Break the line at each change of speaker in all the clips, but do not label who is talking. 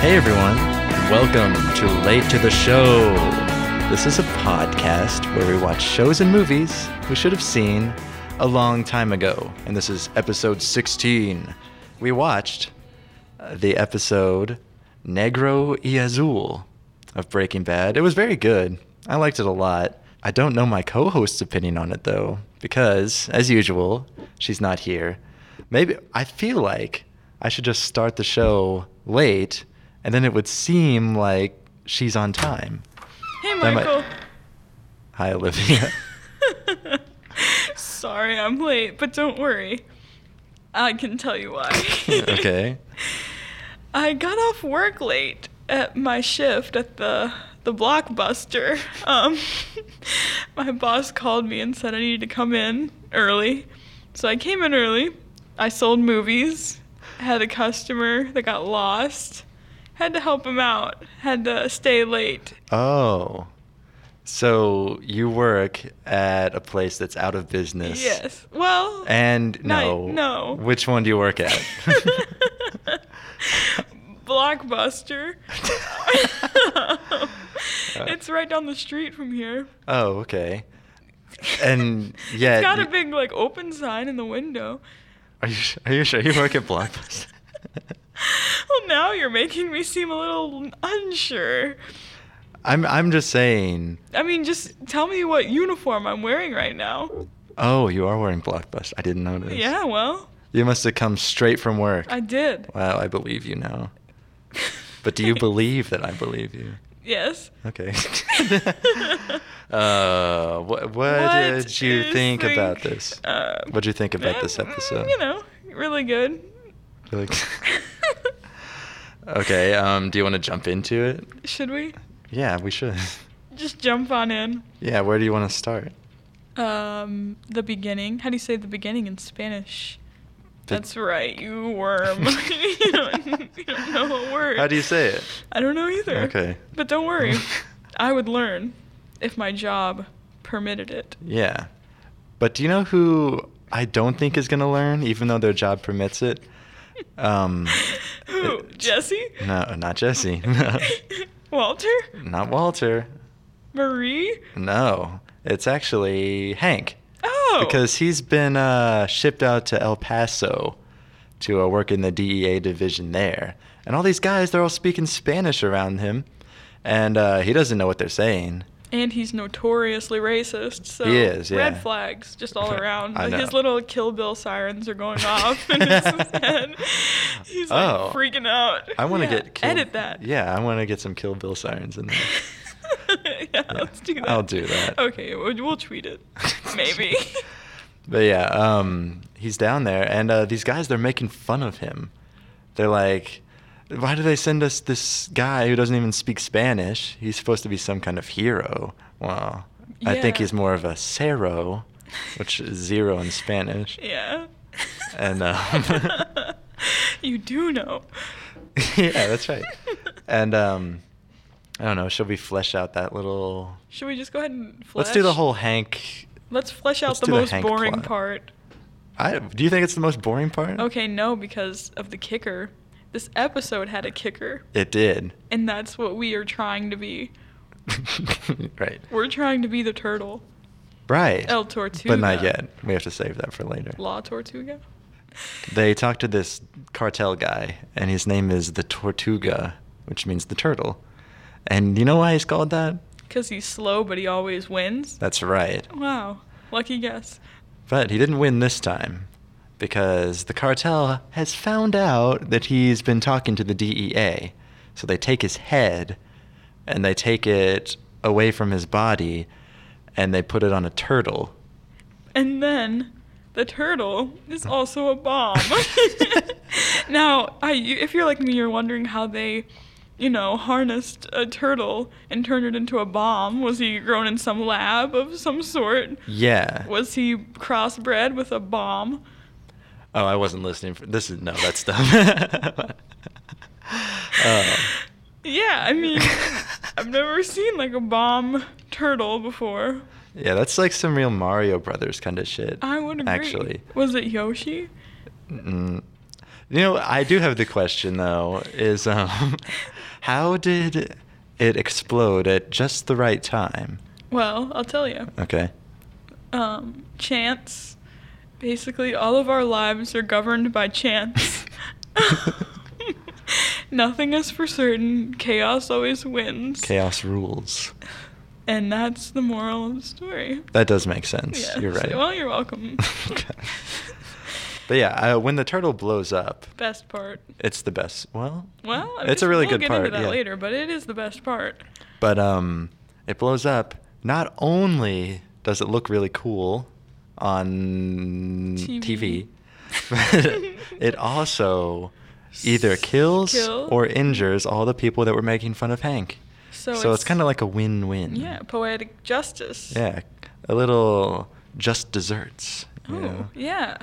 Hey everyone, welcome to Late to the Show. This is a podcast where we watch shows and movies we should have seen a long time ago. And this is episode 16. We watched uh, the episode Negro y Azul of Breaking Bad. It was very good. I liked it a lot. I don't know my co host's opinion on it though, because, as usual, she's not here. Maybe I feel like I should just start the show late, and then it would seem like she's on time.
Hey,
That might-
Michael.
Hi, Olivia.
Sorry I'm late, but don't worry. I can tell you why.
okay.
I got off work late at my shift at the the Blockbuster. Um, my boss called me and said I needed to come in early, so I came in early. I sold movies. Had a customer that got lost. Had to help him out. Had to stay late.
Oh. So you work at a place that's out of business.
Yes. Well.
And
Not-
no.
no.
Which one do you work at?
Blockbuster. it's right down the street from here.
Uh, oh, okay. And yet,
it's got a
you-
big like open sign in the window.
Are you s- are you sure you work at Blockbuster?
Well, now you're making me seem a little unsure.
I'm I'm just saying.
I mean, just tell me what uniform I'm wearing right now.
Oh, you are wearing Blockbuster. I didn't notice.
Yeah, well,
You must have come straight from work.
I did.
wow, I believe you now. But do you believe that I believe you?
Yes.
Okay. uh, what, what, did you
is
think
think-
about this?
Uh,
what did you think about
eh,
this
mm,
episode?
You know, really good.
Like- okay. Um, do you want to jump into it?
Should we
Yeah, we should.
just jump on in?
Yeah, where do you want to start?
Um, the beginning. How do you say the beginning in Spanish?
The-
That's right, you worm. you, don't, you don't know a word.
How do you say it?
I don't know either.
Okay.
But don't worry, I would learn if my job permitted it.
Yeah. But do you know who I don't think is going to learn, even though their job permits it? Um,
Who?
it-
Jesse?
No, not Jesse.
Walter?
not Walter.
Marie?
No, it's actually Hank
Oh.
because he's been uh, shipped out to El Paso to uh, work in the DEA division there. And all these guys, they're all speaking Spanish around him, and uh, he doesn't know what they're saying.
And he's notoriously racist, so
He is, yeah.
red flags just all around.
I
Like, His
know.
little Kill Bill sirens are going off in his head. He's like
Oh.
freaking out.
I want to
Yeah,
get Kill-
edit that.
Yeah, I want to get some Kill Bill sirens in there.
yeah, let's do that.
I'll do that.
Okay, we'll, we'll tweet it. Maybe.
But yeah, um, he's down there, and uh, these guys they're making fun of him. They're like, "Why do they send us this guy who doesn't even speak Spanish? He's supposed to be some kind of hero." Well, I think
Yeah.
he's more of a cero, which is zero in Spanish.
yeah.
And, um,
you do know.
yeah, that's right. And um, I don't know. Should we flesh out that little?
Should we just go ahead and flesh?
Let's do the whole Hank.
Let's flesh out
let's
the
do the
most
Hank
boring
plot. Mm.
part.
I, do you think it's the most boring part?
Okay, no, because of the kicker. This episode had a kicker,
It did.
and that's what we are trying to be.
right.
We're trying to be the turtle.
Right.
El Tortuga.
But not yet. We have to save that for later.
La Tortuga?
They talk to this cartel guy, and his name is the Tortuga, which means the turtle. And you know why he's called that?
Because he's slow, but he always wins.
That's right.
Wow. Lucky guess.
But he didn't win this time because the cartel has found out that he's been talking to the DEA. So they take his head and they take it away from his body and they put it on a turtle.
And then the turtle is also a bomb. now, I, you- if you're like me, you're wondering how they, you know, harnessed a turtle and turned it into a bomb. Was he grown in some lab of some sort?
Yeah.
Was he crossbred with a bomb?
Oh, I wasn't listening. For, this is no, that's dumb. Oh.
Yeah, I mean, I've never seen like a bomb turtle before.
Yeah, that's like some real Mario Brothers kind of shit.
I would agree.
Actually,
was it Yoshi?
Mm. you know, I do have the question though: is um, How did it explode at just the right time?
Well, I'll tell you.
Okay.
Um, chance. Basically, all of our lives are governed by chance. Nothing is for certain. Chaos always wins.
Chaos rules.
And that's the moral of the story.
That does make sense. You're
Yes.
right.
Well, you're welcome.
Okay. But yeah, uh, when the turtle blows up,
Best part.
it's the best. Well,
Well, I
it's a
guess
really
we'll
good
get
part.
into that
yeah.
later, but it is the best part.
But um, it blows up. Not only does it look really cool on TV,
TV.
but it also either kills
Kills.
or injures all the people that were making fun of Hank.
So,
it's, kind of like a win-win.
yeah, poetic justice.
Yeah, a little just desserts. you
Oh,
know,
yeah.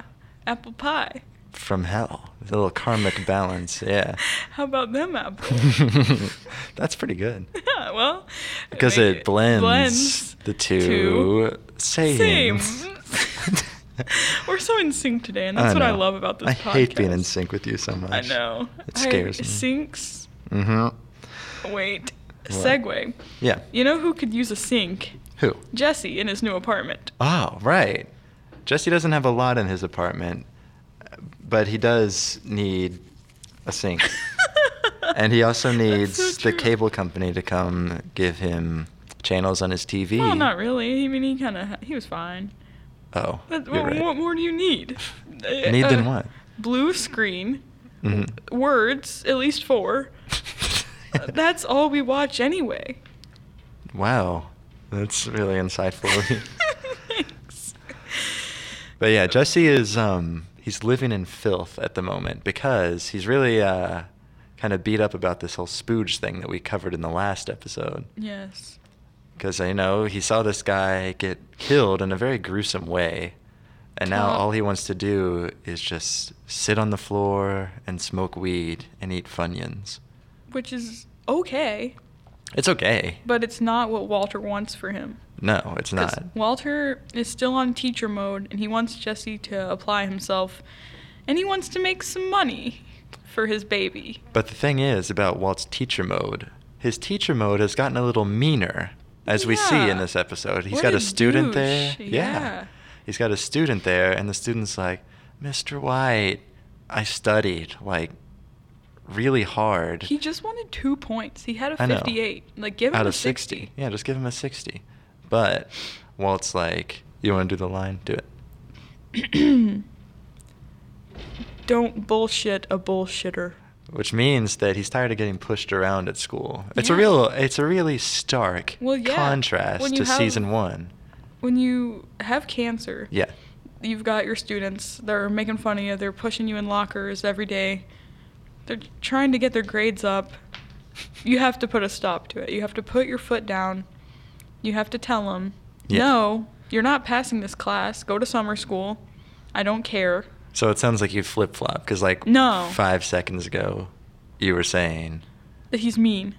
Apple pie.
From hell, a little karmic balance. Yeah.
How about them apples?
That's pretty good.
yeah, well,
Because
make
it blends,
blends
the two, sayings.
sayings. We're so in sync today, and that's what I
know.
love about this
I
podcast.
hate being in sync with you so much.
I know.
It scares
I,
me.
Sinks.
Mm-hmm.
Wait.
What?
Segue.
Yeah.
You know who could use a sink?
Who?
Jesse in his new apartment.
Oh, right. Jesse doesn't have a lot in his apartment, but he does need a sink. and he also
That's
needs
so
the
true.
cable company to come give him channels on his TV.
Well, Oh, not really. I mean, he kind of he was fine.
Oh,
That,
you're
what,
right.
what more do you need? Uh,
Need than
uh,
what?
Blue screen,
Mhm.
words, at least four. Uh, That's all we watch anyway.
Wow, that's really insightful. of you.
Thanks.
but yeah, Jesse is um he's living in filth at the moment because he's really uh kind of beat up about this whole spooge thing that we covered in the last episode.
Yes.
Because you know he saw this guy get killed in a very gruesome way, and now
Top.
all he wants to do is just sit on the floor and smoke weed and eat funyuns.
Which is okay,
It's okay.
but it's not what Walter wants for him.
no, it's
'Cause
not.
Walter is still on teacher mode and he wants Jesse to apply himself and he wants to make some money for his baby.
But the thing is about Walt's teacher mode, his teacher mode has gotten a little meaner, as we see
Yeah.
in this episode. He's
What
got a
a
student
douche.
there.
Yeah.
He's got a student there, and the student's like, Mr. White, I studied like really hard.
He just wanted two points. He had a
I know.
58. Like, give him
out
a
of 60.
60.
Yeah, just give him a 60. But Walt's like, You want to do the line? Do it.
Don't bullshit a bullshitter.
Which means that he's tired of getting pushed around at school. It's a
Yeah.
real, it's a really stark
Well, yeah.
contrast
When
to
you have-
season one.
When you have cancer,
Yeah.
you've got your students. They're making fun of you. They're pushing you in lockers every day. They're trying to get their grades up. You have to put a stop to it. You have to put your foot down. You have to tell them,
Yeah.
no, you're not passing this class. Go to summer school. I don't care.
So it sounds like you flip flop because, like,
No.
five seconds ago, you were saying,
That he's mean.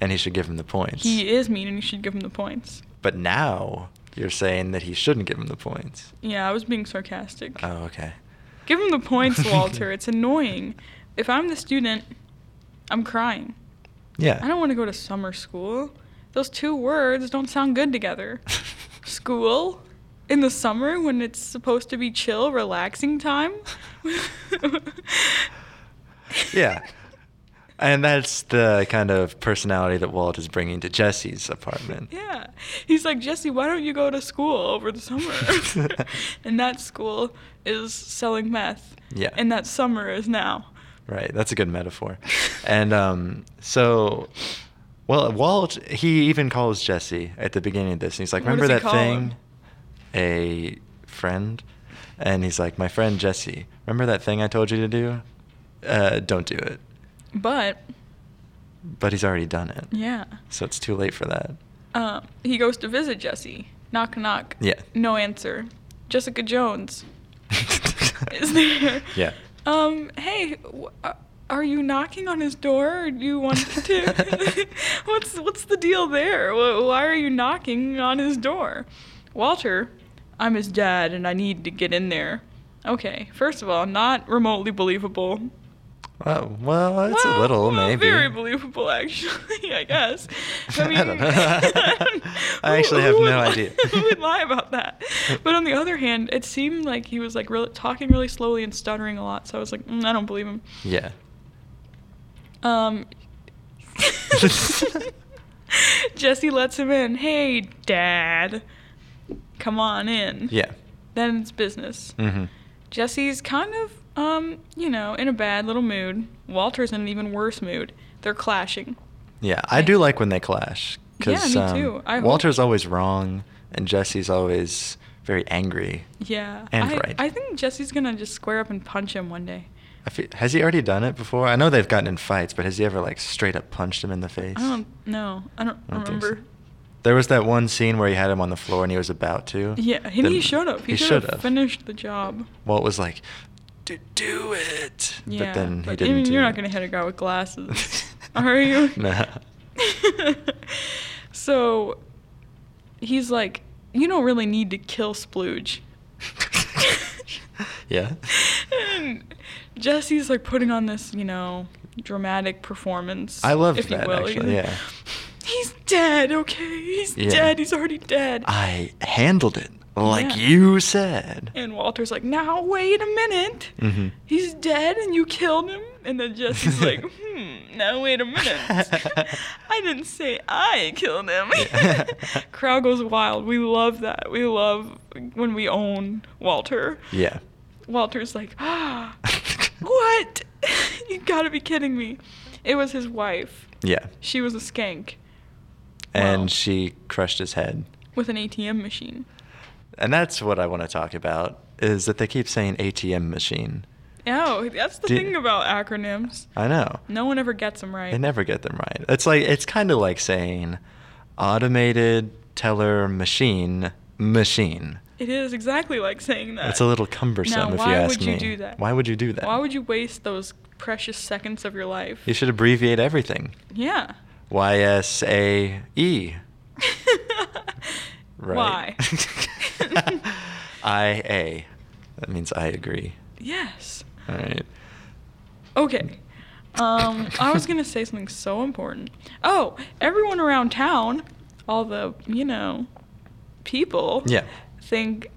and he should give him the points.
He is mean, and you should give him the points.
But now you're saying that he shouldn't give him the points.
Yeah, I was being sarcastic.
Oh, okay.
Give him the points, Walter. it's annoying. If I'm the student, I'm crying.
Yeah.
I don't want to go to summer school. Those two words don't sound good together. School in the summer when it's supposed to be chill, relaxing time.
yeah. And that's the kind of personality that Walt is bringing to Jesse's apartment.
Yeah. He's like, Jesse, why don't you go to school over the summer? and that school is selling meth.
Yeah.
And that summer is now.
Right, that's a good metaphor. and um, so, well, Walt, he even calls Jesse at the beginning of this. And he's like,
What
remember
does he
that
call
thing?
him?
A friend? And he's like, my friend Jesse, remember that thing I told you to do? Uh, don't do it.
But,
But he's already done it.
yeah.
So it's too late for that.
Uh, he goes to visit Jesse. Knock, knock.
Yeah.
No answer. Jessica Jones. is there.
Yeah.
Um, hey, w- are- are you knocking on his door or do you want to? what's what's the deal there? Wh- Why are you knocking on his door? Walter, I'm his dad and I need to get in there. Okay, first of all, not remotely believable.
Uh, well, it's a
well,
little,
well,
maybe.
Very believable, actually. I guess.
I
I mean,
don't know. I
who-
actually
who
have
would
no
li-
idea.
who would lie about that? But on the other hand, it seemed like he was like real talking really slowly and stuttering a lot. So I was like, mm, I don't believe him.
Yeah.
Um, Jesse lets him in. Hey, Dad, come on in.
Yeah.
Then it's business.
Mm-hmm.
Jesse's kind of, um, you know, in a bad little mood. Walter's in an even worse mood. They're clashing.
Yeah, I do like when they clash because
Yeah, me too. I hope-
Walter's always wrong and Jesse's always very angry.
Yeah.
And
I,
right.
I think Jesse's gonna just square up and punch him one day.
I fe has he already done it before? I know they've gotten in fights, but has he ever like straight up punched him in the face?
I don't know. I don't,
I don't think so.
remember.
There was that one scene where he had him on the floor and he was about to.
Yeah, and
Then
he showed up. He, should
should've.
have finished the job.
Walt was like, "Do, do it,"
Yeah,
but then he
but
didn't.
you-
do
you're
it.
not gonna hit a guy with glasses, are you?
nah.
so he's like, You don't really need to kill Splooge.
yeah.
and Jesse's like putting on this, you know, dramatic performance.
I loved
if you
that,
will.
actually,
He's like,
yeah.
He's dead, okay? He's
Yeah.
dead. He's already dead.
I handled it like
Yeah.
you said.
and Walter's like, now wait a minute.
Mhm.
He's dead and you killed him? And then Jesse's like, hmm, now wait a minute. I didn't say I killed him.
Yeah.
Crowd goes wild. We love that. We love when we own Walter.
Yeah.
Walter's like, ah, what? you gotta be kidding me. It was his wife.
yeah.
She was a skank
And
Wow.
she crushed his head.
with an ATM machine.
And that's what I want to talk about is that they keep saying ATM machine.
Oh, that's the
Did-
thing about acronyms.
I know.
No one ever gets them right.
They never get them right. It's like it's kind of like saying automated teller machine machine.
It is exactly like saying that.
It's a little cumbersome
Now,
if you
why
ask
would you
me.
do that?
Why would you do that?
Why would you waste those precious seconds of your life?
You should abbreviate everything.
yeah.
Y S A E. Right.
Why?
I A. That means I agree.
yes.
All right.
Okay. Um, I was gonna say something so important. Oh, everyone around town, all the you know, people,
Yeah.
think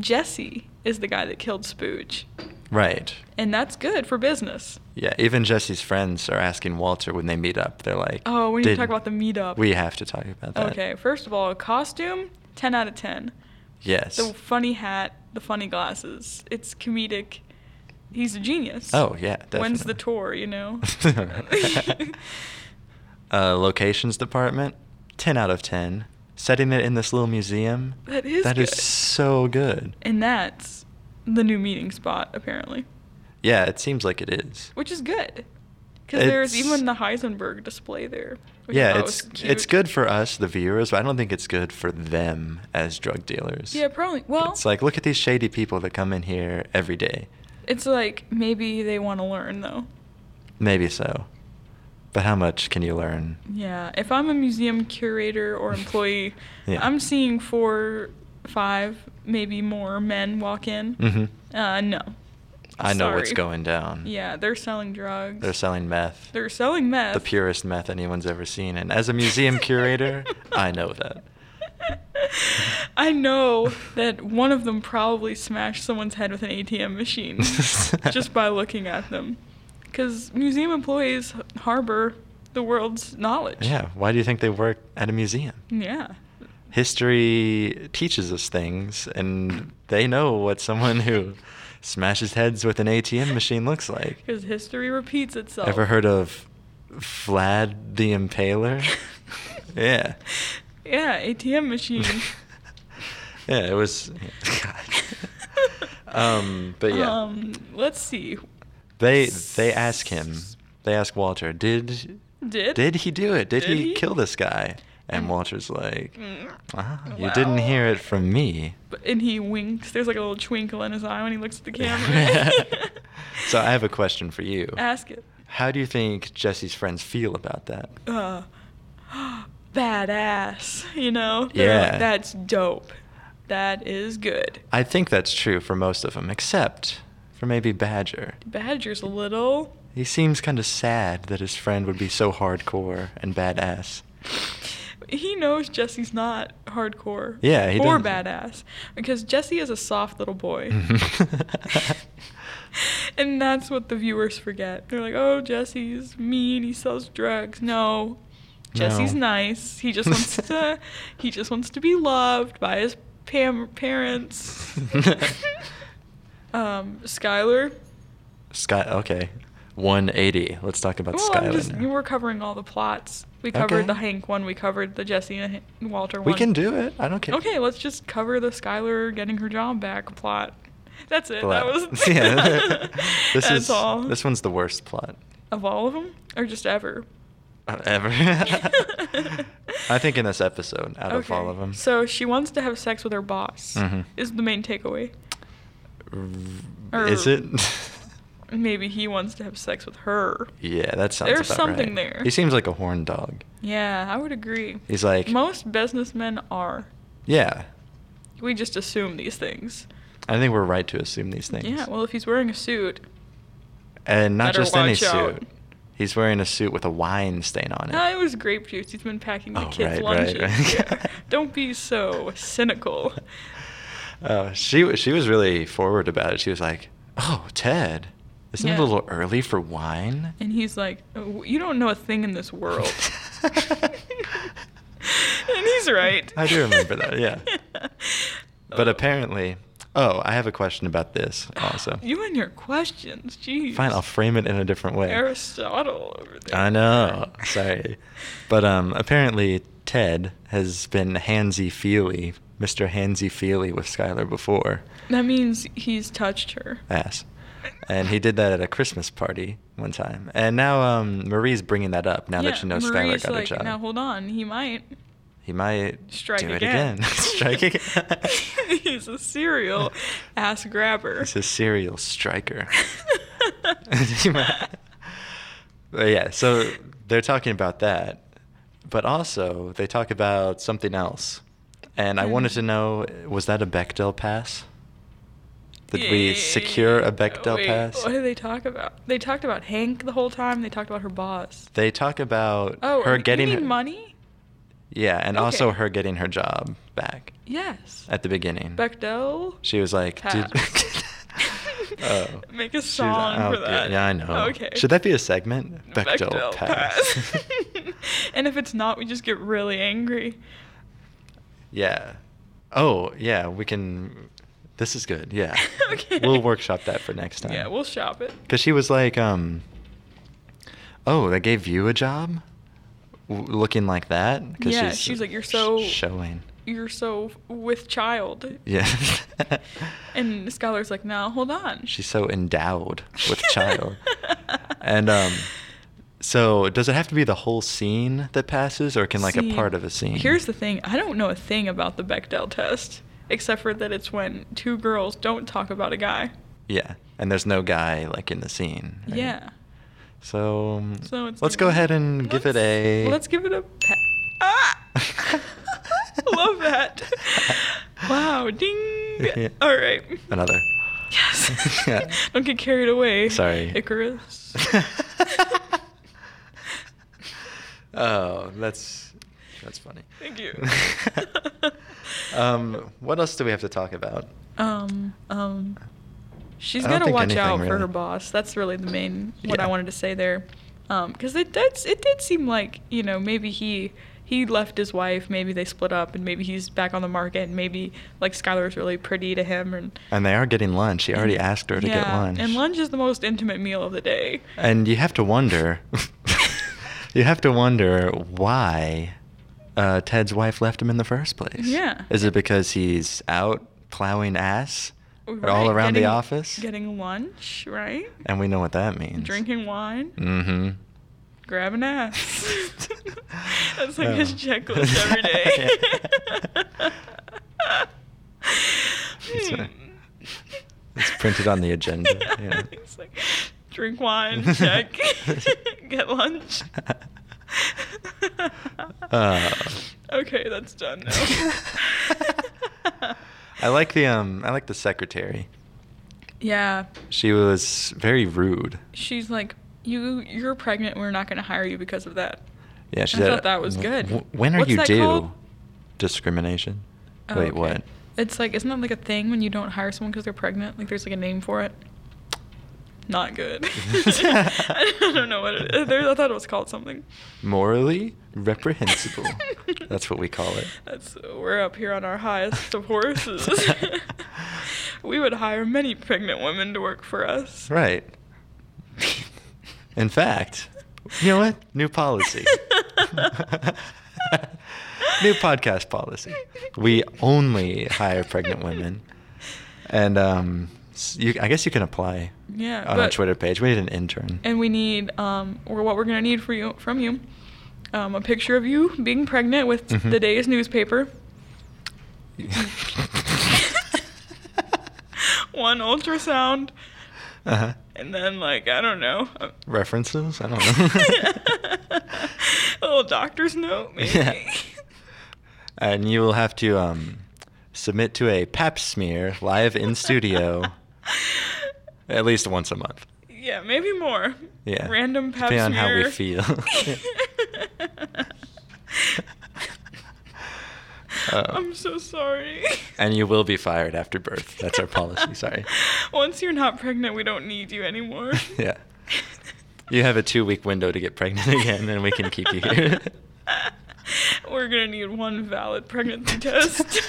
Jesse is the guy that killed Spooge,
Right.
and that's good for business.
Yeah. Even Jesse's friends are asking Walter when they meet up. They're like,
Oh, we need
"Did-
to talk about the meetup.
We have to talk about that.
Okay, first of all, costume, ten out of ten.
Yes.
The funny hat, the funny glasses. It's comedic. He's a genius.
Oh yeah. Definitely.
When's the tour, you know?
uh, locations department, ten out of ten. Setting it in this little museum.
That is
That is
good.
so good.
and that's the new meeting spot, apparently,
Yeah, it seems like it is.
which is good. Because there's
It's-
even the Heisenberg display there. which I
Yeah,
thought
it's
was cute.
it's good for us, the viewers, but I don't think it's good for them as drug dealers.
Yeah, probably. Well,
it's like look at these shady people that come in here every day.
it's like maybe they want to learn, though.
Maybe so, but how much can you learn?
Yeah, if I'm a museum curator or employee,
Yeah.
I'm seeing four, five, maybe more men walk in.
hmm
Uh, no.
I know what's
Sorry.
going down.
Yeah, they're selling drugs.
they're selling meth.
They're selling meth.
the purest meth anyone's ever seen. And as a museum curator, I know that.
I know that one of them probably smashed someone's head with an ATM machine just by looking at them. Because museum employees harbor the world's knowledge.
Yeah, why do you think they work at a museum?
Yeah.
History teaches us things, and they know what someone who smashes heads with an ATM machine looks like.
Because history repeats itself.
Ever heard of Vlad the Impaler? yeah.
Yeah, ATM machine.
yeah, it was. God. um, but yeah.
Um, let's see.
They they ask him. They ask Walter, did
Did
did he do it? Did,
Did
he,
he?
kill this guy? And Walter's like,
Mm.
ah, you didn't
Well.
hear it from me.
But- And he winks. There's like a little twinkle in his eye when he looks at the camera.
so I have a question for you.
Ask it.
How do you think Jesse's friends feel about that?
Uh, badass. You know? They're like,
Yeah.
That's dope. That is good.
I think that's true for most of them, except for maybe Badger.
Badger's a little
He seems kind of sad that his friend would be so hardcore and badass.
He knows Jesse's not hardcore.
Yeah, he
or
doesn't. Mm-hmm.
badass because Jesse is a soft little boy. and that's what the viewers forget. They're like, "Oh, Jesse's mean. He sells drugs." No. Jesse's
No.
nice. He just wants to he just wants to be loved by his pam- parents. um, Skylar.
Sky. Okay, 180. Let's talk about
Well,
Skylar.
I'm just,
now.
we're covering all the plots. We covered
Okay.
the Hank one. We covered the Jesse and Han- Walter one.
we can do it. I don't care.
Okay, let's just cover the Skylar getting her job back plot. That's it.
Plot.
That was.
yeah. this
That's
is
all.
this one's the worst plot
Of all of them, or just ever.
uh, ever. I think in this episode, out of
Okay,
all of them.
So she wants to have sex with her boss.
Mhm.
Is the main takeaway?
R- is
or-
it?
Maybe he wants to have sex with her.
yeah, that sounds.
There's
about right.
something there.
He seems like a horn dog.
Yeah, I would agree.
He's like-
most businessmen are.
Yeah,
We just assume these things.
I think we're right to assume these things.
Yeah. Well, if he's wearing a suit.
and not
better
just any
watch out.
suit. He's wearing a suit with a wine stain on it.
No, it was grape juice. He's been packing the
Oh,
kids'
right, right,
lunches.
right.
Yeah. Don't be so cynical.
Uh, she wa- she was really forward about it. She was like, "Oh, Ted, isn't it
Yeah.
a little early for wine?"
And he's like, "Oh, "You don't know a thing in this world." and he's right.
I do remember that, yeah. But apparently, oh, I have a question about this also.
you and your questions, jeez.
Fine, I'll frame it in a different way.
Aristotle over there.
I know. Sorry. But um, apparently, Ted has been Hansy Feely, Mr. Hansy Feely with Skylar before.
That means he's touched her.
ass. And he did that at a Christmas party one time. And now um, Marie's bringing that up now
yeah,
that she knows
Marie's
Skylar got
like,
a job.
Now hold on, he might
He might
strike
do it
again.
again. strike again.
he's a serial ass grabber.
He's a serial striker. He might- but yeah, so they're talking about that. But also, they talk about something else. And I wanted
Hmm.
to know was that a Bechdel pass? Did we secure a Bechdel
Wait,
pass?
What did they talk about? They talked about Hank the whole time. They talked about her boss.
They talk about
Oh,
her
you
getting
mean
her-
money?
Yeah, and also
Okay.
her getting her job back
Yes.
at the beginning.
Bechdel.
she was like, "Did-
Pass.
oh.
Make a
She was-
song
oh,
for
good.
that.
Yeah, I know.
Okay.
Should that be a segment? Bechdel, pass.
and if it's not, we just get really angry.
yeah. Oh, yeah, we can. This is good. Yeah.
Okay.
We'll workshop that for next time.
Yeah, we'll shop it.
Because she was like, um, oh, they gave you a job? W- looking like that? 'Cause
Yeah, she was like, "You're
sh-
so-
Showing.
You're so with child.
Yeah.
And Skylar's like, no, hold on.
She's so endowed with child. And um so does it have to be the whole scene that passes or can like
See,
a part of a scene?
Here's the thing I don't know a thing about the Bechdel test, except for that it's when two girls don't talk about a guy.
Yeah. And there's no guy like in the scene. right?
Yeah.
So, um,
So it's
let's
like-
go ahead and give it
let's-
a
Let's give it a. Pa- ah! Love that. Wow, ding.
Yeah.
All right.
another.
Yes.
Yeah.
Don't get carried away.
Sorry.
Icarus.
oh, that's that's funny.
Thank you.
um what else do we have to talk about?
Um, um, she's
I don't
gotta
think
watch
anything
out for
really.
her boss. That's really the main what I
Yeah.
wanted to say there, because it that's it did seem like you know maybe he he left his wife, maybe they split up, and maybe he's back on the market, and maybe like Skylar's really pretty to him, and
And they are getting lunch. He already asked her to get
Yeah,
lunch.
And lunch is the most intimate meal of the day.
And you have to wonder, you have to wonder why uh, Ted's wife left him in the first place.
Yeah.
Is it because he's out plowing ass all
Right,
around the
getting-
office?
getting lunch, right?
and we know what that means.
Drinking wine,
Mm-hmm.
grabbing ass. That's like his
Oh.
checklist every day.
It's, uh,
Hmm.
it's printed on the agenda, yeah.
It's like, drink wine, check, get lunch.
Uh.
okay, that's done now.
I like the um. I like the secretary.
Yeah,
She was very rude.
she's like, you you're pregnant. We're not going to hire you because of that.
Yeah, she
I
said
thought that was good.
"W- When are
What's
you
that
due?
called?
Discrimination.
Oh,
Wait,
okay.
what?
It's like isn't that like a thing when you don't hire someone because they're pregnant? Like there's like a name for it. Not good. I don't know what it is. There- I thought it was called something.
Morally reprehensible. That's what we call it.
That's we're up here on our highest of horses. we would hire many pregnant women to work for us.
Right. In fact, you know what? New policy. New podcast policy. We only hire pregnant women. And um, s- you, I guess you can apply
Yeah,
on our
but-
Twitter page. We need an intern.
and we need um or what we're gonna need for you from you, um, a picture of you being pregnant with
Mhm.
the day's newspaper, one ultrasound,
uh-huh.
and then like I don't know, a,
References? I don't know.
a little doctor's note maybe.
Yeah. and you will have to um, submit to a pap smear live in studio at least once a month.
Yeah, maybe more.
Yeah.
Random pap
Depending on how we
smear.
feel. Uh,
I'm so sorry.
and you will be fired after birth. That's our policy. Sorry.
Once you're not pregnant, we don't need you anymore.
Yeah. You have a two week window to get pregnant again, and we can keep you here.
We're gonna need one valid pregnancy test.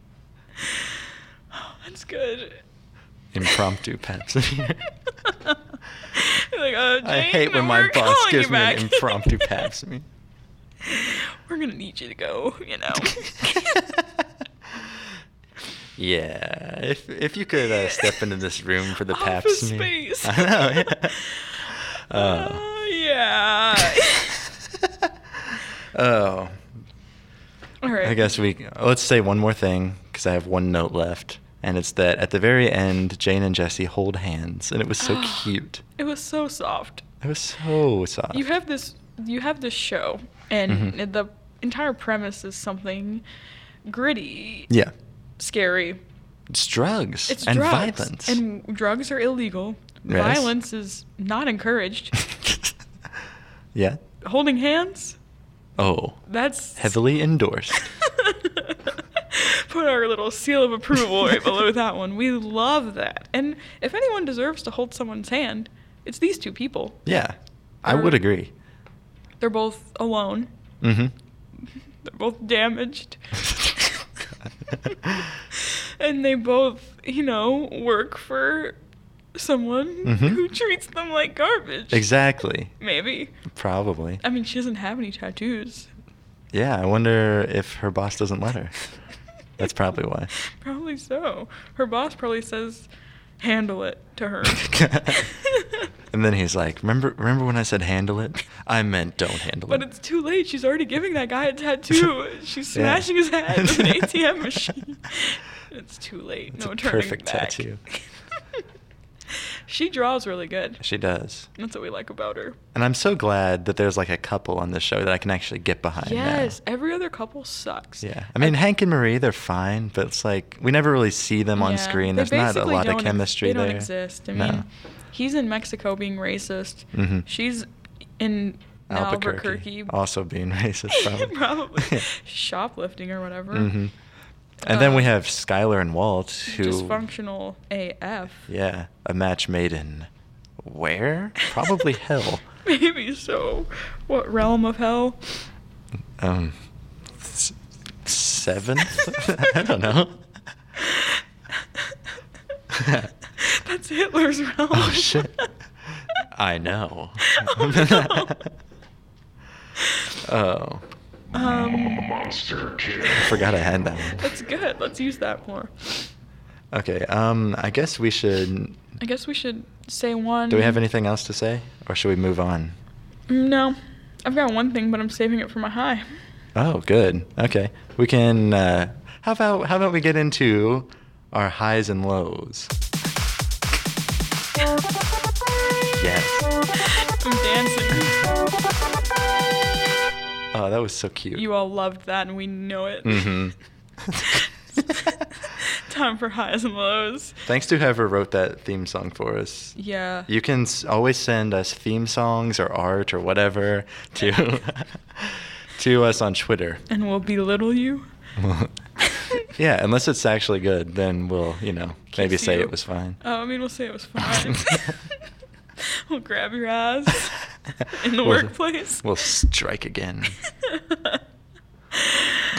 That's good.
Impromptu pap smear.
You're like, uh,
I
Jane,
hate when my
we're
boss
calling
gives
you
me an
back.
impromptu pap smear.
We're gonna need you to go. You know.
yeah, if if you could uh, step into this room for the pap
Office
smear.
space.
I know. Yeah. Uh,
Uh, yeah.
oh,
All right.
I guess we let's say one more thing because I have one note left, and it's that at the very end, Jane and Jesse hold hands, and it was so cute.
It was so soft.
It was so soft.
You have this. You have this show, and
Mhm.
the entire premise is something gritty,
yeah,
scary.
it's drugs
It's
and
drugs,
violence.
and drugs are illegal.
Yes.
Violence is not encouraged.
yeah.
Holding hands.
Oh,
That's
heavily endorsed.
Put our little seal of approval right below that one. We love that. And if anyone deserves to hold someone's hand, it's these two people.
Yeah, I
Or-
would agree.
They're both alone.
Mm-hmm.
They're both damaged. and they both, you know, work for someone
Mhm.
who treats them like garbage.
exactly.
Maybe.
Probably.
I mean, she doesn't have any tattoos.
Yeah, I wonder if her boss doesn't let her. That's probably why.
Probably so. Her boss probably says, handle it to her.
and then he's like, "Remember, remember when I said handle it? I meant don't handle
But
it."
it's too late. She's already giving that guy a tattoo. She's
Yeah.
smashing his head with an ATM machine. It's too late.
It's
no
a
turning
perfect
back.
tattoo.
she draws really good.
she does,
That's what we like about her.
and I'm so glad that there's like a couple on this show that I can actually get behind. now.
yes, every other couple sucks.
Yeah, I mean Hank and Marie, they're fine, but it's like we never really see them on
Yeah,
screen.
they
There's not a
basically
lot
don't
of
ex-
chemistry
they don't
there.
exist. I mean,
No.
he's in Mexico being racist.
Mhm.
She's in
Albuquerque,
Albuquerque.
also being racist, probably.
Probably.
Yeah.
shoplifting or whatever.
hmm And then
Uh,
we have Skylar and Walt, who
Dysfunctional AF.
Yeah, a match made in where? Probably hell.
Maybe so. What realm of hell?
Um, s- seventh? I don't know.
That's Hitler's realm.
Oh shit! I know.
Oh,
oh,
no. um,
I forgot I had that. One.
that's good. Let's use that more.
Okay. Um, I guess we should.
I guess we should say one. Mm,
Do we have anything else to say, or should we move on?
No, I've got one thing, but I'm saving it for my high.
Oh, good. Okay, we can. Uh, how about how about we get into our highs and lows? Yes.
I'm dancing.
Oh, that was so cute.
You all loved that, and we know it.
Mm-hmm.
time for highs and lows.
Thanks to whoever wrote that theme song for us.
Yeah.
You can s- always send us theme songs or art or whatever to to us on Twitter.
and we'll belittle you.
yeah, unless it's actually good, then we'll, you know, maybe
Kiss
say
you.
it was fine.
Oh, I mean, we'll say it was fine. we'll grab your eyes in the
We'll-
workplace.
We'll strike again.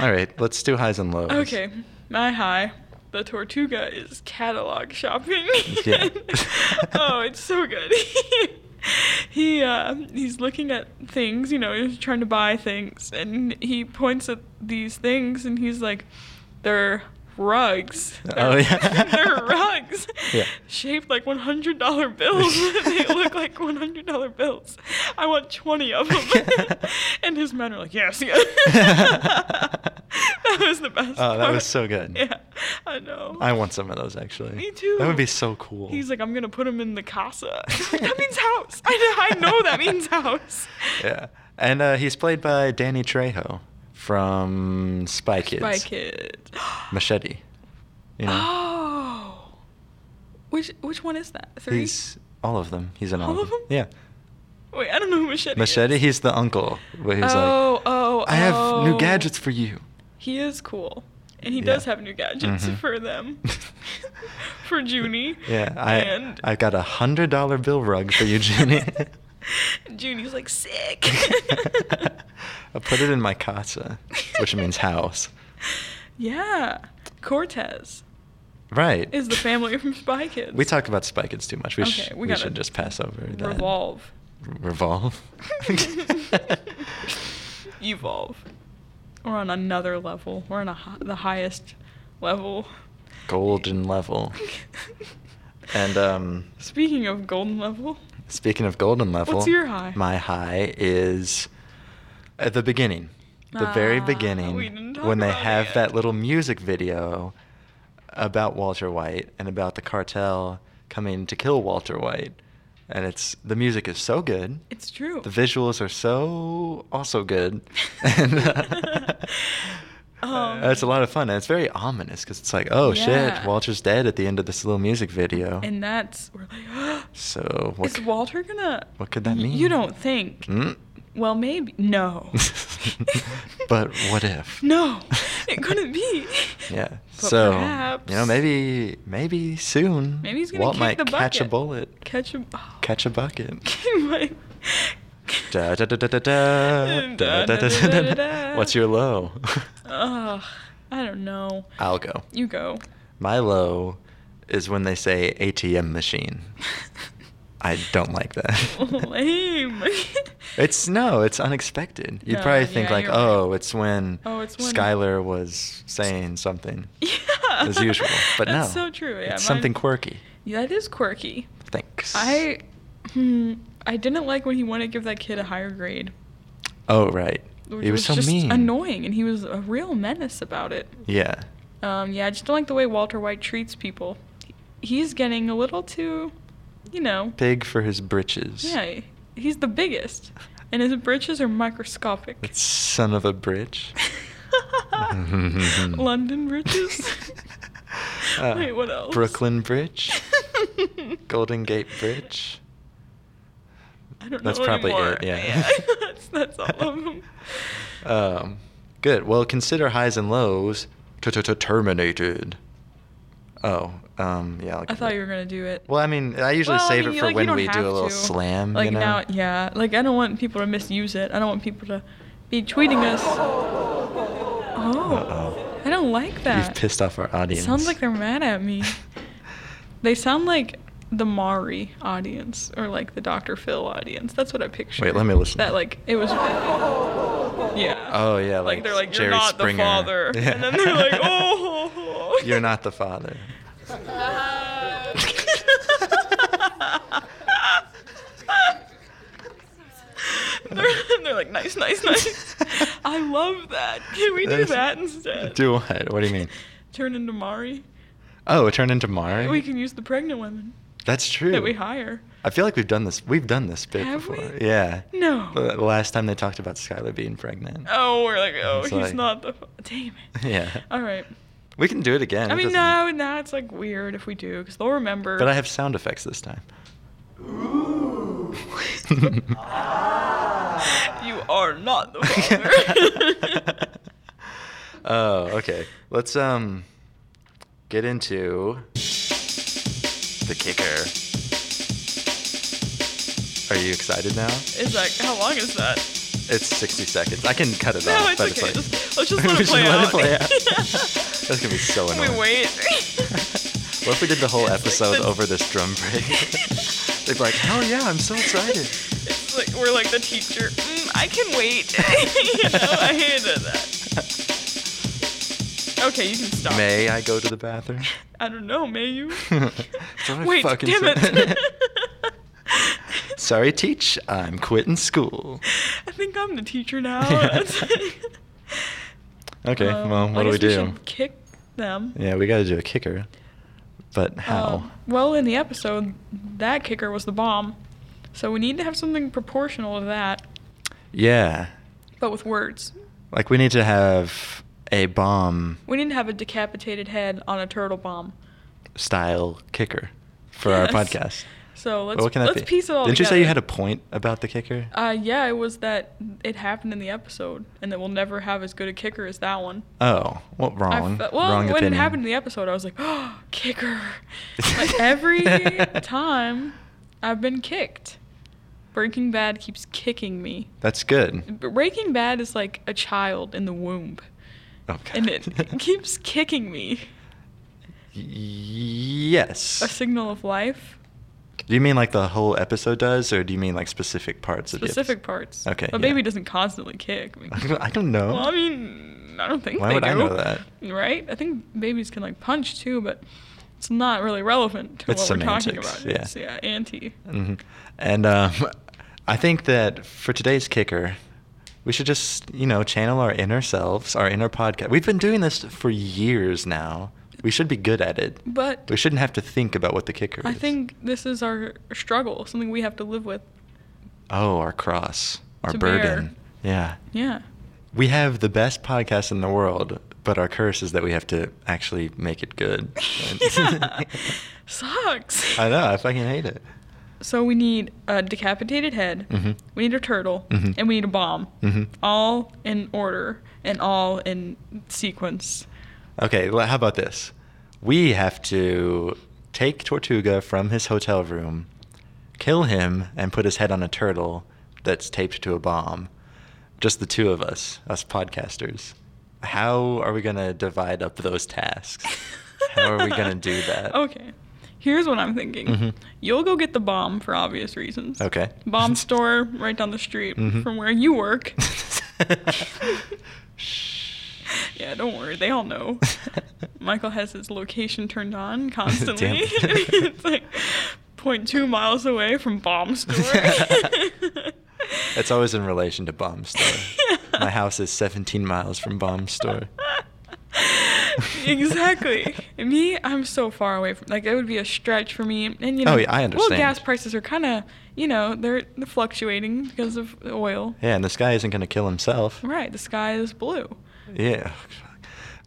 All right, let's do highs and lows.
Okay, my high. The Tortuga is catalog shopping.
Yeah.
oh, it's so good. he uh, he's looking at things, you know, he's trying to buy things, and he points at these things, and he's like, "They're rugs.
Oh,
They're-
yeah.
they're rugs.
Yeah.
Shaped like one hundred dollar bills. they look like one hundred dollar bills. I want twenty of them." and his men are like, "Yes, yes." that was the best.
Oh, that
part.
was so good.
Yeah, I know.
I want some of those actually.
Me too.
That would be so cool.
He's like, I'm gonna put him in the casa. It's like, that means house. I, I know that means house.
Yeah. And uh, he's played by Danny Trejo from Spy Kids.
My kid.
Machete. You know?
Oh. Which which one is that? Three.
He's all of them. He's in all,
All of them?
Yeah.
Wait, I don't know who machete.
Machete,
Is.
he's the uncle. Where he's
oh,
like,
oh,
I have new
oh.
gadgets for you.
He is cool, and he
Yeah.
does have new gadgets
Mhm.
for them. for Junie.
Yeah, I
and
I got a hundred dollar bill rug for you, Junie.
Junie's like sick.
I put it in my casa, which means house.
Yeah, Cortez
Right.
is the family from Spy Kids.
We talk about Spy Kids too much. We, sh-
Okay, we
we,
gotta
should just pass over that.
revolve,
Revolve.
evolve. We're on another level. We're on a hi- the highest level.
Golden level. And um,
Speaking of golden level,
speaking of golden level,
What's your high?
My high is at the beginning, the very
Ah,
beginning,
we didn't talk
when they
about
have
it.
that little music video about Walter White and about the cartel coming to kill Walter White, and it's the music is so good.
it's true.
The visuals are so also good, and uh,
Um,
it's a lot of fun. And it's very ominous because it's like, oh
Yeah.
shit, Walter's dead at the end of this little music video.
and that's we're like, is
so what? c-
Walter gonna?
what could that
Y-
mean?
You don't think?
Mm.
Well, maybe no.
but what if?
No, it couldn't be.
Yeah.
But
so
perhaps-
you know, maybe maybe soon.
Maybe he's gonna
Walt
kick
might
the
catch a
bucket.
bullet.
Catch him. Oh,
Catch a bucket.
Like-
da, da, da, da, da, da, da, da, da, da, da. What's your low?
Ugh, I don't know.
I'll go.
You go.
My low is when they say ATM machine. I don't like that.
Lame.
It's no, it's unexpected. You'd
No,
probably think
yeah,
like,
you're right.
oh, it's when
Oh, it's when-
Skylar was saying something
yeah.
as usual, but
That's
no,
so true. Yeah,
it's
mine-
something quirky.
Yeah, that is quirky.
Thanks.
I, hmm, I didn't like when he wanted to give that kid a higher grade.
Oh right,
which
he was, so
just
mean.
Annoying, and he was a real menace about it.
Yeah,
Um, yeah, I just don't like the way Walter White treats people. He's getting a little too, you know.
pig for his britches.
Yeah, he's the biggest, and his britches are microscopic.
That son of a bridge.
London bridges. Wait, what else?
Uh, Brooklyn Bridge, Golden Gate Bridge.
I don't
That's
know
probably
anymore.
it. Yeah.
that's, that's all of them.
Um, good. Well, consider highs and lows. Terminated. Oh, um, yeah. I'll
I
give
thought
it-
you were gonna do it.
Well, I mean, I usually
Well, I
save
mean,
it
you-
for
like, you
when
don't
we do a
have
little
to.
slam.
Like
you know?
now, yeah. Like I don't want people to misuse it. I don't want people to be tweeting us. Oh,
Uh-oh.
I don't like
You've
that.
pissed off our
It
audience.
sounds like they're mad at me. they sound like the Mari audience or like the Dr. Phil audience. That's what I picture.
Wait, let me listen.
That like it was. Yeah.
Oh yeah,
Like,
like,
they're like,
Jerry
you're not
Springer.
the father, and then they're like, oh,
You're not the father.
they're, they're like, nice, nice, nice. I love that. Can we do
That's-
that instead?
Do what? What do you mean?
Turn into Mari.
Oh, it turned into Mari.
We can use the pregnant women
That's true.
that we hire.
I feel like we've done this. We've done this bit
Have
before.
we?
Yeah.
No.
The the last time they talked about Skylar being pregnant.
Oh, we're like, oh,
It's
he's
like-
not the. Damn it.
Yeah.
All right.
We can do it again.
I
It
mean,
doesn't-
no, no, it's like weird if we do because they'll remember.
But I have sound effects this time.
you are not the father.
oh, okay. Let's um get into the kicker. Are you excited now?
it's like, how long is that?
It's 60 seconds. I can cut it
No,
off,
it's
but
okay.
it's like
just, let's just
we
let it
should
play
let
out.
it play out. that's gonna be so
Can
annoying.
we wait.
What if we did the whole
It's like
episode
the-
over this drum break? They'd be like, "Hell yeah, I'm so excited."
It's like we're like the teacher. Mm, I can wait. you know, I hated that. Okay, you can stop.
May I go to the bathroom?
I don't know. May you?
That's what I
wait,
fucking
damn
said.
it.
Sorry, teach. I'm quitting school.
I think I'm the teacher now.
Okay,
Um,
well,
I
what do we
guess
do?
should kick them.
Yeah, we got to do a kicker. But how?
Um, well, in the episode, that kicker was the bomb. So we need to have something proportional to that,
yeah.
but with words.
Like we need to have a bomb
We need to have a decapitated head on a turtle bomb.
style kicker for
Yes.
our podcast.
So let's
what can that
let's
be?
piece it all
Didn't you
together.
say you had a point about the kicker?
Uh, yeah, it was that it happened in the episode, and that we'll never have as good a kicker as that one.
oh, well,
I
wrong.
fe- well,
wrong
when
opinion.
it happened in the episode, I was like, oh, kicker. like every time I've been kicked. Breaking Bad keeps kicking me.
That's good.
Breaking Bad is like a child in the womb,
Okay.
and it keeps kicking me. A
Yes.
signal of life,
Do you mean like the whole episode does, or do you mean like specific parts of the
specific
episode?
parts.
Okay,
a
yeah.
baby doesn't constantly kick. I, mean,
I don't- I don't know.
Well, I mean, I don't think.
Why
they
would I
do,
know that?
Right? I think babies can like punch too, but it's not really relevant to
It's
what we're talking
semantics,
about.
yeah.
It's, yeah, anti.
Mhm. And um, I think that for today's kicker, we should just you know channel our inner selves, our inner podcast. We've been doing this for years now. We should be good at it.
But
We shouldn't have to think about what the kicker
I
is.
think this is our struggle, something we have to live with.
Oh, our cross, our
To bear.
burden. Yeah.
Yeah.
We have the best podcast in the world, but our curse is that we have to actually make it good.
Yeah. Sucks.
I know. I fucking hate it.
So we need a decapitated head.
Mhm.
We need a turtle,
Mhm.
and we need a bomb.
Mhm.
All in order and all in sequence.
Okay, well, how about this? We have to take Tortuga from his hotel room, kill him, and put his head on a turtle that's taped to a bomb. Just the two of us, us podcasters. How are we going to divide up those tasks? How are we going to do that?
Okay. Here's what I'm thinking.
Mhm.
You'll go get the bomb for obvious reasons.
Okay.
Bomb store right down the street
Mhm.
from where you work. yeah,
Shh.
don't worry. They all know. Michael has his location turned on constantly.
Damn.
it's like 0.2 miles away from bomb store.
It's always in relation to bomb store. My house is 17 miles from bomb store.
exactly. And me, I'm so far away from like it would be a stretch for me. And you know,
Oh, yeah, I
Well,
understand.
gas prices are kind of you know they're they're fluctuating because of oil.
Yeah, and this guy isn't going to kill himself.
Right. The sky is blue.
Yeah.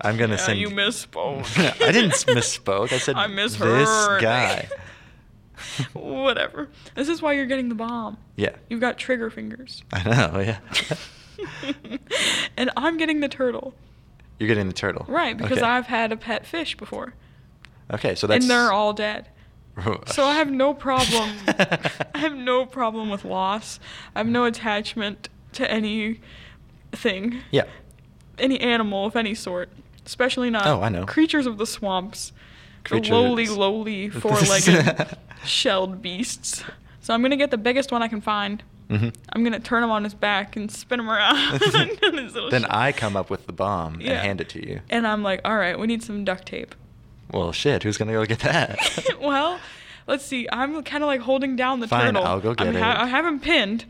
I'm going to
Yeah,
send.
you misspoke.
I didn't s- misspoke. I said
I
this
misheard.
guy.
Whatever. This is why you're getting the bomb.
Yeah.
You've got trigger fingers.
I know, yeah.
and I'm getting the turtle.
You're getting the turtle.
Right, because
okay.
I've had a pet fish before.
Okay, so that's.
and they're all dead. So I have no problem. I have no problem with loss. I have no attachment to any thing,
Yeah.
any animal of any sort, especially not
Oh, I know.
creatures of the swamps,
Creatures.
the lowly, lowly four-legged shelled beasts. So I'm gonna get the biggest one I can find.
hmm
I'm gonna turn him on his back and spin him around. on his little
Then
shell.
I come up with the bomb and
Yeah.
hand it to you.
and I'm like, all right, we need some duct tape.
Well, shit, who's going to go get that?
well, let's see. I'm kind of like holding down the
Fine,
turtle.
I'll go
I'm
get it.
I have him pinned.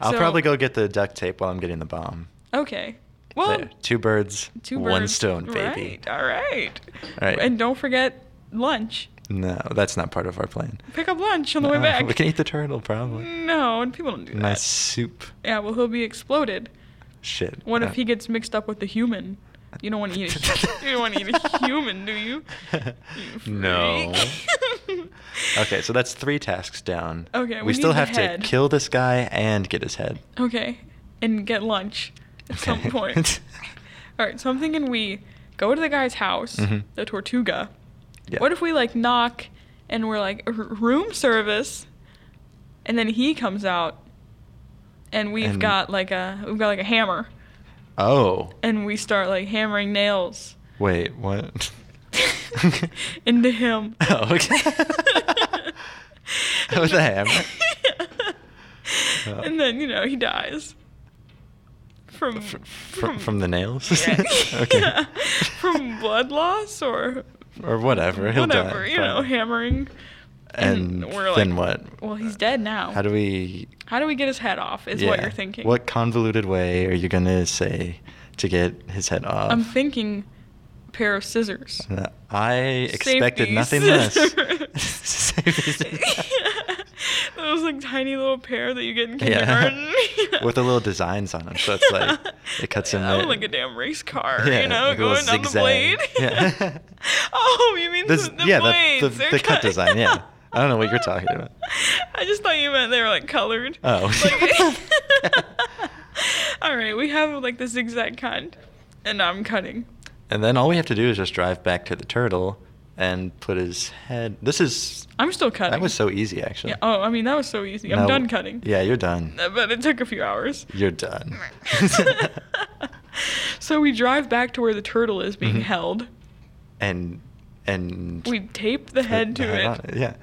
I'll
so-
probably go get the duct tape while I'm getting the bomb.
Okay. Well,
There. Two birds,
two
one
birds.
stone, baby.
Right. All right.
All right.
And don't forget lunch.
No, that's not part of our plan.
Pick up lunch on the way
No,
back. Mm.
We can eat the turtle, probably.
No, and people don't do that.
Nice soup.
Yeah, well, he'll be exploded.
Shit.
What
Uh,
if he gets mixed up with the human? You don't want to eat. A, you don't want to eat a human, do you? You
No.
freak.
Okay, so that's three tasks down.
Okay,
we,
we
still
need the
have
head.
to kill this guy and get his head.
Okay, and get lunch at some
Okay.
point. All right, so I'm thinking we go to the guy's house,
Mhm.
the Tortuga.
Yeah.
What if we like knock and we're like "R- room service, and then he comes out, and we've
And-
got like a we've got like a hammer,
Oh,
and we start like hammering nails
wait, what?
into him.
Oh, okay. With a hammer? Oh.
And then you know he dies from
Fr- from, from the nails?
Yeah.
okay.
Yeah. From blood loss or
Or whatever. He'll die,
whatever, you know,
probably.
hammering.
And,
we're
then
like,
what?
Well, he's dead now.
How do we.
How do we get his head off? Is what
yeah.
you're thinking.
What convoluted way are you going to say to get his head off?
I'm thinking pair of scissors.
Uh, I expected
Safety
nothing less. Safety scissors.
Those like tiny little pair that you get in
Yeah.
kindergarten.
With the little designs on them, so it's like it cuts in
Yeah,
there.
like a damn race car,
Yeah,
you know,
like a little
going down the
zigzag.
blade.
Yeah.
oh, you mean
This-
the, the
yeah, the-
blades?
the-
they're
the cut
cut-
design, yeah. I don't know what you're talking about.
I just thought you meant they were like colored.
Oh.
Like- all right, we have like the zigzag kind, and I'm cutting.
and then all we have to do is just drive back to the turtle and put his head. This is
I'm still cutting.
that was so easy actually.
Yeah, oh, I mean that was so easy. I'm
Now-
done cutting.
Yeah, you're done.
Uh, But it took a few hours.
You're done.
so we drive back to where the turtle is being
Mhm.
held.
and and
We tape the
put
head to
the
it.
on Yeah.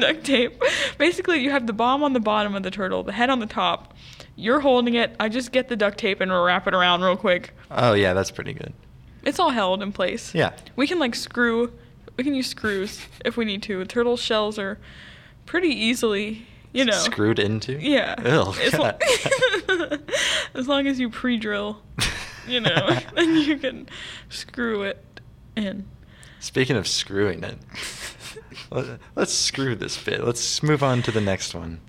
duct tape. Basically, you have the bomb on the bottom of the turtle, the head on the top. You're holding it. I just get the duct tape and wrap it around real quick.
Oh yeah, that's pretty good.
It's all held in place.
Yeah.
We can like screw. We can use screws if we need to. Turtle shells are pretty easily, you know.
Screwed into.
Yeah.
Ew,
As, lo-
God.
as long as you pre-drill, you know, then you can screw it in.
Speaking of screwing it, let- let's screw this bit. Let's move on to the next one.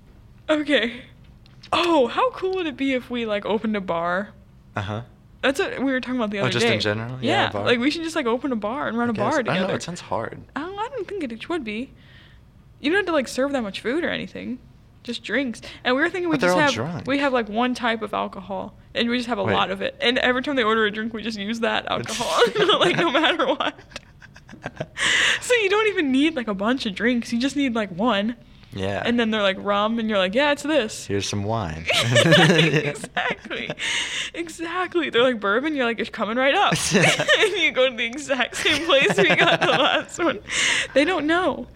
Okay. Oh, how cool would it be if we like opened a bar?
Uh huh.
That's what we were talking about the
Oh,
other
just
day.
in general? Yeah, a
Yeah,
bar.
like we should just like open a bar and run a bar
I
together.
don't know. It sounds hard.
I don't, I don't think it would be. You don't have to like serve that much food or anything, just drinks. And we were thinking we
But they're
just
all
have
drunk.
we have like one type of alcohol, and we just have a
Wait.
lot of it. And every time they order a drink, we just use that alcohol, like no matter what. So you don't even need like a bunch of drinks. You just need like one,
Yeah.
and then they're like rum, and you're like, yeah, it's this.
here's some wine.
exactly. Exactly. They're like bourbon. You're like, it's coming right up. and you go to the exact same place we got the last one. They don't know.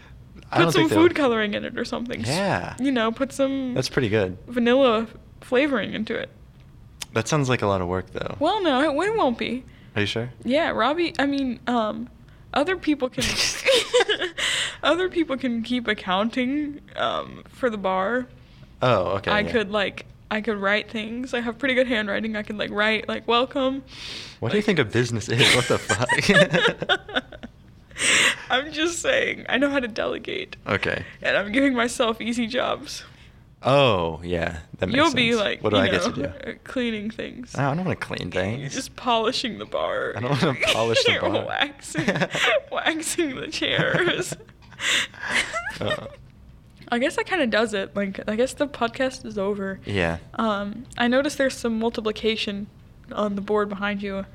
I don't
Put some
think they'll-
food coloring in it or something.
Yeah.
You know, put some
That's pretty good.
vanilla flavoring into it.
That sounds like a lot of work, though.
Well, no, it, it won't be.
Are you sure?
Yeah, Robbie, I mean, um, other people can other people can keep accounting um, for the bar
Oh, okay.
I
yeah.
could like I could write things. I have pretty good handwriting. I could like write like welcome.
What do you
like-
think a business is? What the fuck?
I'm just saying I know how to delegate,
okay.
and I'm giving myself easy jobs.
Oh, yeah. That makes
You'll
sense.
be like
what do
you
I
know,
get to do? Oh,
uh, cleaning things.
I don't want to clean
You're
things.
just polishing the bar.
I don't wanna polish the bar.
waxing, waxing the chairs.
Uh,
I guess that kind of does it. Like, I guess the podcast is over.
yeah.
Um, I noticed there's some multiplication on the board behind you.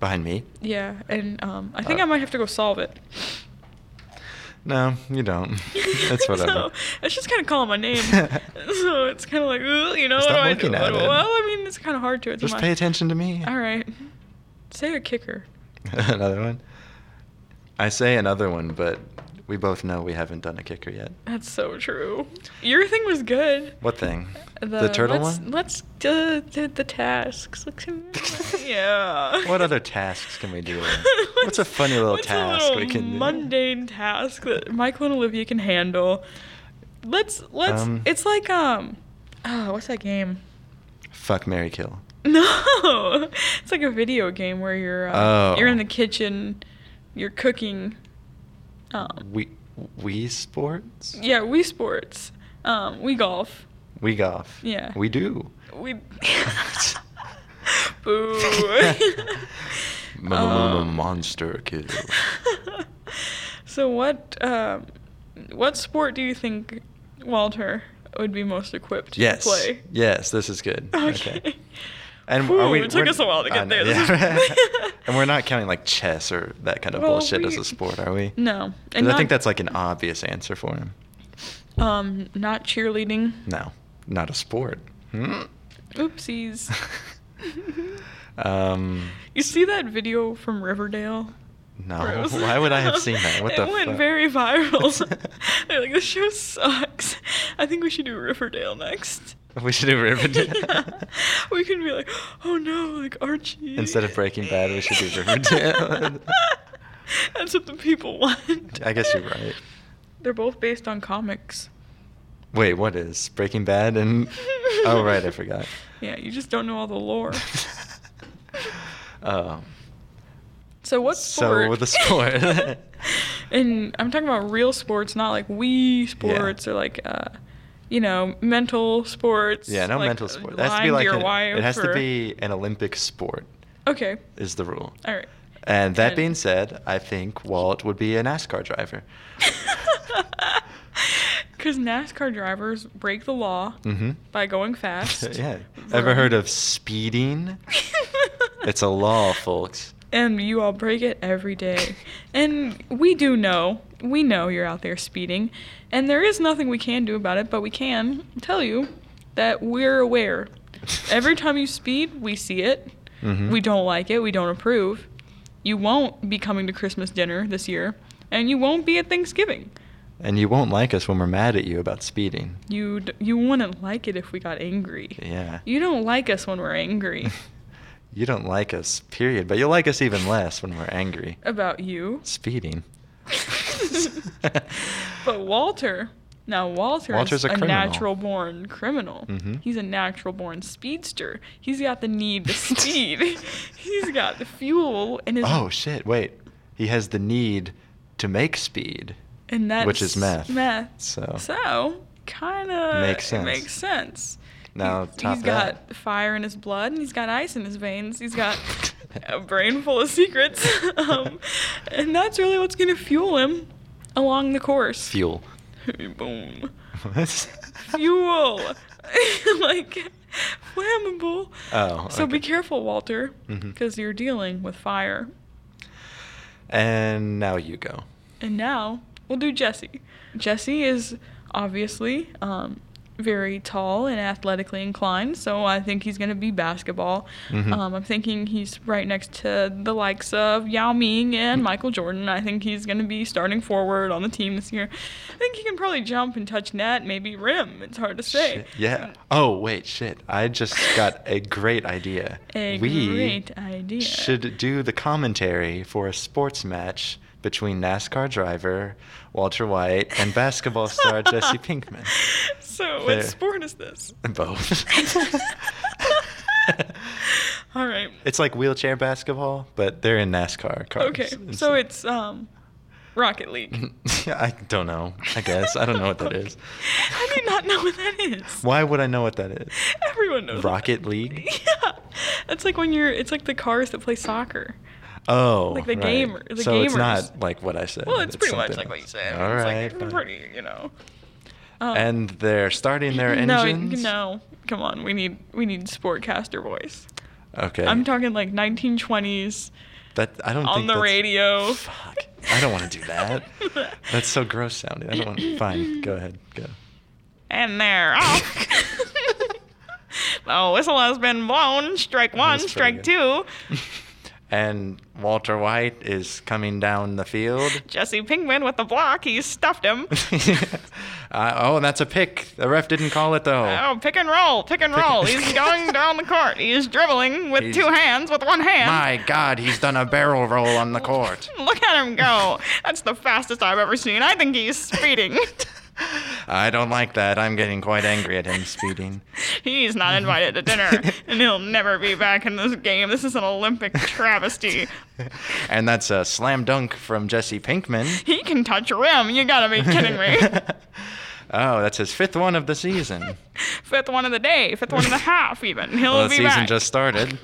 Behind me?
Yeah, and um, I think
Uh,
I might have to go solve it.
No, you don't. it's whatever.
so, it's just kind of calling my name. so it's kind of like, "Ooh," you know,
Stop
what do I do?
looking at
What do-
it.
Well, I mean, it's kind of hard to. It's
Just
my-
pay attention to me.
All right. Say a kicker.
another one. I say another one, but we both know we haven't done a kicker yet.
That's so true. Your thing was good.
What thing? The, turtle
uh, let's,
one?
Let's do the, the tasks. Let's- yeah.
What other tasks can we do? What's a funny little
what's a
task
little
we can do?
mundane task that Michael and Olivia can handle. Let's let's.
Um,
it's like um, oh, what's that game?
Fuck Mary Kill.
No, it's like a video game where you're uh,
Oh.
you're in the kitchen, you're cooking. Um,
We we sports?
yeah, we sports, um, we golf.
We golf.
Yeah.
We do.
We. Boo. Um,
Monster kill.
so what um, what sport do you think Walter would be most equipped
Yes.
to play?
Yes, this is good.
Okay.
And
Whew,
are we,
it took
we're-
us a while to
I
get
know,
there. This
yeah.
is-
and we're not counting like chess or that kind of
Well,
bullshit as
we-
a sport, are we? 'Cause
No,
I think
not-
that's like an obvious answer for him.
um not cheerleading.
No, not a sport. Hmm?
Oopsies.
um,
you see that video from Riverdale?
no.
Where it was-
Why would I have seen that? What
it
the
went
fuck?
very viral. They're like, this show sucks. I think we should do Riverdale next.
We should do Riverdale.
Yeah. We can be like, oh no, like Archie.
Instead of Breaking Bad, we should do Riverdale.
That's what the people want.
I guess you're right.
They're both based on comics.
Wait, what is Breaking Bad and? Oh right, I forgot.
Yeah, you just don't know all the lore.
um,
So what
So
sport?
with the sport.
and I'm talking about real sports, not like Wii sports or like, uh, you know, mental sports.
yeah, no
like,
mental sport. It
lying
has to be
to
like
your
an-
wife
it has to
or-
be an Olympic sport
Okay.
is the rule.
All right.
And that
And-
being said, I think Walt would be a NASCAR driver.
Because NASCAR drivers break the law
Mm-hmm.
by going fast.
yeah. Ever heard of speeding? It's a law, folks.
And you all break it every day. And we do know, we know you're out there speeding. And there is nothing we can do about it, but we can tell you that we're aware. Every time you speed, we see it.
Mhm.
We don't like it. We don't approve. You won't be coming to Christmas dinner this year, and you won't be at Thanksgiving.
And you won't like us when we're mad at you about speeding.
You d- you wouldn't like it if we got angry.
Yeah.
You don't like us when we're angry
You don't like us, period. But you'll like us even less when we're angry.
about you.
Speeding.
But Walter, now Walter
Walter's
is
a
a,
criminal.
natural born criminal.
Mhm.
He's a natural born speedster. He's got the need to speed. He's got the fuel and his
Oh shit! Wait, he has the need to make speed.
and that's
which is meth.
Meth.
So.
So kind of
Makes sense.
Makes sense.
Now
he's,
top
he's
that.
got fire in his blood, and he's got ice in his veins. He's got a brain full of secrets, um, and that's really what's going to fuel him along the course.
Fuel. Oh,
Boom.
What?
Fuel. like flammable.
Oh.
So be
okay.
careful, Walter,
Mhm.
because you're dealing with fire.
And now you go.
And now we'll do Jesse. Jesse is obviously um, very tall and athletically inclined, so I think he's going to be basketball.
Mhm.
Um, I'm thinking he's right next to the likes of Yao Ming and Michael Jordan. I think he's going to be starting forward on the team this year. I think he can probably jump and touch net, maybe rim. It's hard to say.
Shit. Yeah. Oh wait, shit! I just got a great idea.
A
we
great idea.
should do the commentary for a sports match between NASCAR driver Walter White and basketball star Jesse Pinkman.
So,
Fair.
what sport is this?
Both.
All right.
it's like wheelchair basketball, but they're in NASCAR cars.
Okay,
And
so it's um, Rocket League.
I don't know. I guess I don't know what that is.
I do not know what that is.
Why would I know what that is?
Everyone knows. what
Rocket League.
that- Yeah, it's like when you're. It's like the cars that play soccer.
Oh,
Like the
right.
gamer- the
so it's
gamers.
not like what I said.
Well, it's pretty much
something
like what you
else.
said.
All
it's
right.
like,
fine.
pretty, you know. Um,
and they're starting their
no,
engines.
no, come on. We need we need sportcaster voice.
Okay.
I'm talking like 1920s
That I don't
on
think
the
that's-
radio.
Fuck. I don't want to do that. That's so gross sounding. I don't want. Fine. Go ahead. Go.
And they're off. the whistle has been blown. Strike one,
pretty
strike
good.
two.
And Walter White is coming down the field.
Jesse Pinkman with the block. He's stuffed him.
uh, oh, and that's a pick. The ref didn't call it though.
Oh, pick and roll, pick and
Pick-
roll. He's going down the court. He's dribbling with
He's-
two hands, with one hand.
My God, he's done a barrel roll on the court.
Look at him go. That's the fastest I've ever seen. I think he's speeding.
I don't like that. I'm getting quite angry at him speeding.
he's not invited to dinner, and he'll never be back in this game. This is an Olympic travesty.
And that's a slam dunk from Jesse Pinkman.
He can touch rim. You gotta be kidding me.
Oh, that's his fifth one of the season.
Fifth one of the day, fifth one of the half, even. He'll
Well, the
be
season
back.
just started.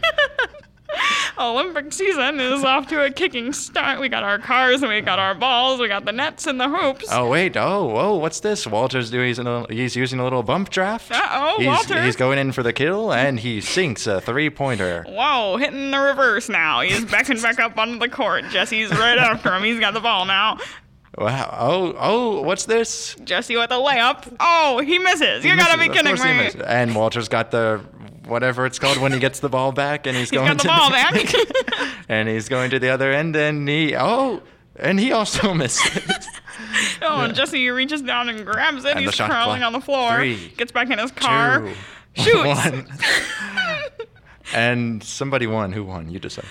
Olympic season is off to a kicking start. We got our cars and we got our balls. We got the nets and the hoops.
Oh wait! Oh whoa! What's this? Walter's doing. He's, in a, he's using a little bump draft.
Uh-oh,
he's,
Walter.
He's going in for the kill, and he sinks a three-pointer.
Whoa, hitting the reverse now. He's backing back up onto the court. Jesse's right after him. He's got the ball now.
Wow! Oh oh! What's this?
Jesse with a layup. Oh, he misses. You gotta
Misses.
be
Of
kidding
course he
me.
misses. And Walter's got the whatever it's called when he gets the ball back, and he's,
He's
going
got the
to
ball back.
and he's going to the other end, and he oh, and he also misses.
oh, and Jesse reaches down and grabs it.
the
He's
shot
crawling
clock.
on the floor.
Three,
gets back in his car.
Two,
shoots.
one. and somebody won. Who won? You decide.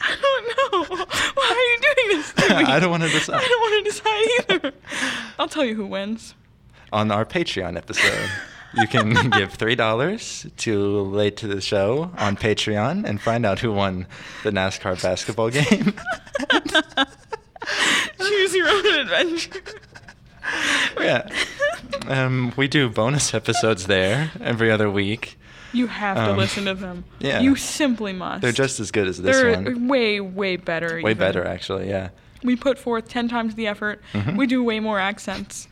I don't know. Why are you doing this to me?
I don't want to decide.
I don't want to decide either. I'll tell you who wins.
on our Patreon episode. You can give three dollars to late to the show on Patreon and find out who won the NASCAR basketball game.
Choose your own adventure.
yeah, um, we do bonus episodes there every other week.
You have to
Um,
listen to them.
yeah.
You simply must.
They're just as good as this
They're
one.
way, way better.
Way
even.
better, actually. Yeah.
We put forth 10 times the effort.
Mhm.
We do way more accents.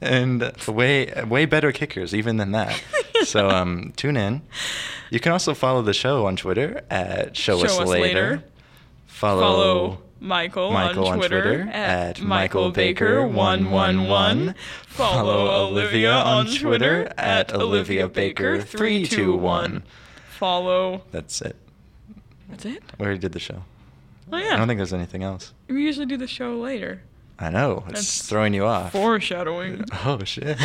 and way way better kickers even than that. So um, tune in. You can also follow the show on Twitter at Show,
Show
Us,
Us
Later.
Later.
Follow,
Follow Michael,
Michael
on, Twitter
at Michael Baker one one one. Follow Olivia on Twitter at Olivia Baker three two one.
Follow.
That's it.
That's it?
We already did the show.
Oh, yeah.
I don't think there's anything else.
We usually do the show later.
I know it's
That's
throwing you off.
Foreshadowing.
Uh, Oh shit.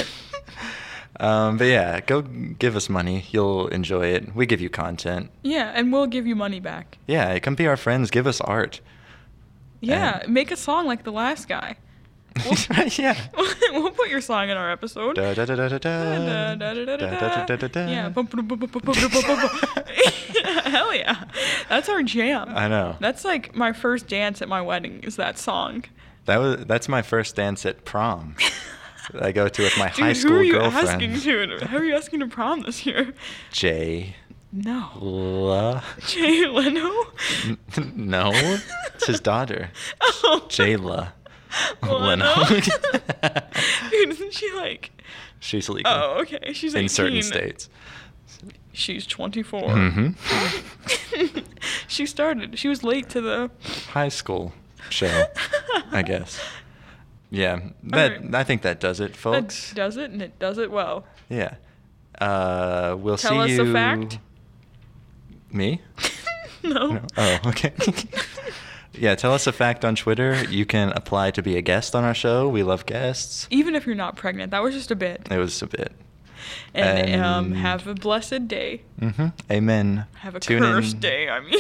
um, but yeah, go give us money. You'll enjoy it. We give you content.
Yeah, and we'll give you money back.
Yeah, come be our friends. Give us art.
Yeah,
And-
make a song like the last guy. We'll-
yeah.
we'll put your song in our episode.
Da, da, da, da, da, da. Da, da, da, da, da, da.
Yeah. bum, bum, bum, bum, bum, bum, bum, bum, bum. Hell yeah. That's our jam.
I know.
That's like my first dance at my wedding is that song.
That was that's my first dance at prom. that I go to with my
Dude,
high
who
school
are you
girlfriend.
asking to? Who are you asking to prom this year?
Jay.
No.
La.
Jay Leno?
N- no, it's his daughter,
Oh.
Jayla.
Leno?
Leno.
Dude, isn't she like.
She's legal
Oh, okay. She's
in certain
18.
states. Mm-hmm.
She's 24.
Mhm.
she started. She was late to the
High school show, I guess. Yeah, that
right.
I think that does it, folks.
That does it, and it does it well.
yeah. Uh, we'll
Tell
see
us
you.
a fact.
Me?
no.
No. Oh, okay. yeah, tell us a fact on Twitter. You can apply to be a guest on our show. We love guests.
Even if you're not pregnant, that was just a bit.
It was a bit.
And, um,
and-
have a blessed day.
hmm Amen.
Mm-hmm. Have a
Tune
cursed
in.
day. I mean.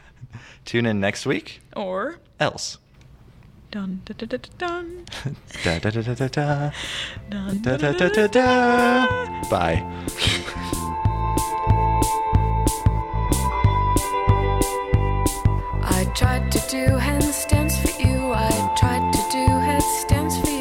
Tune in next week.
or
Else.
dun dun dun dun
da da da da da da.
dun
Da da da da da. Bye.
I tried to do handstands for you. I tried to do headstands for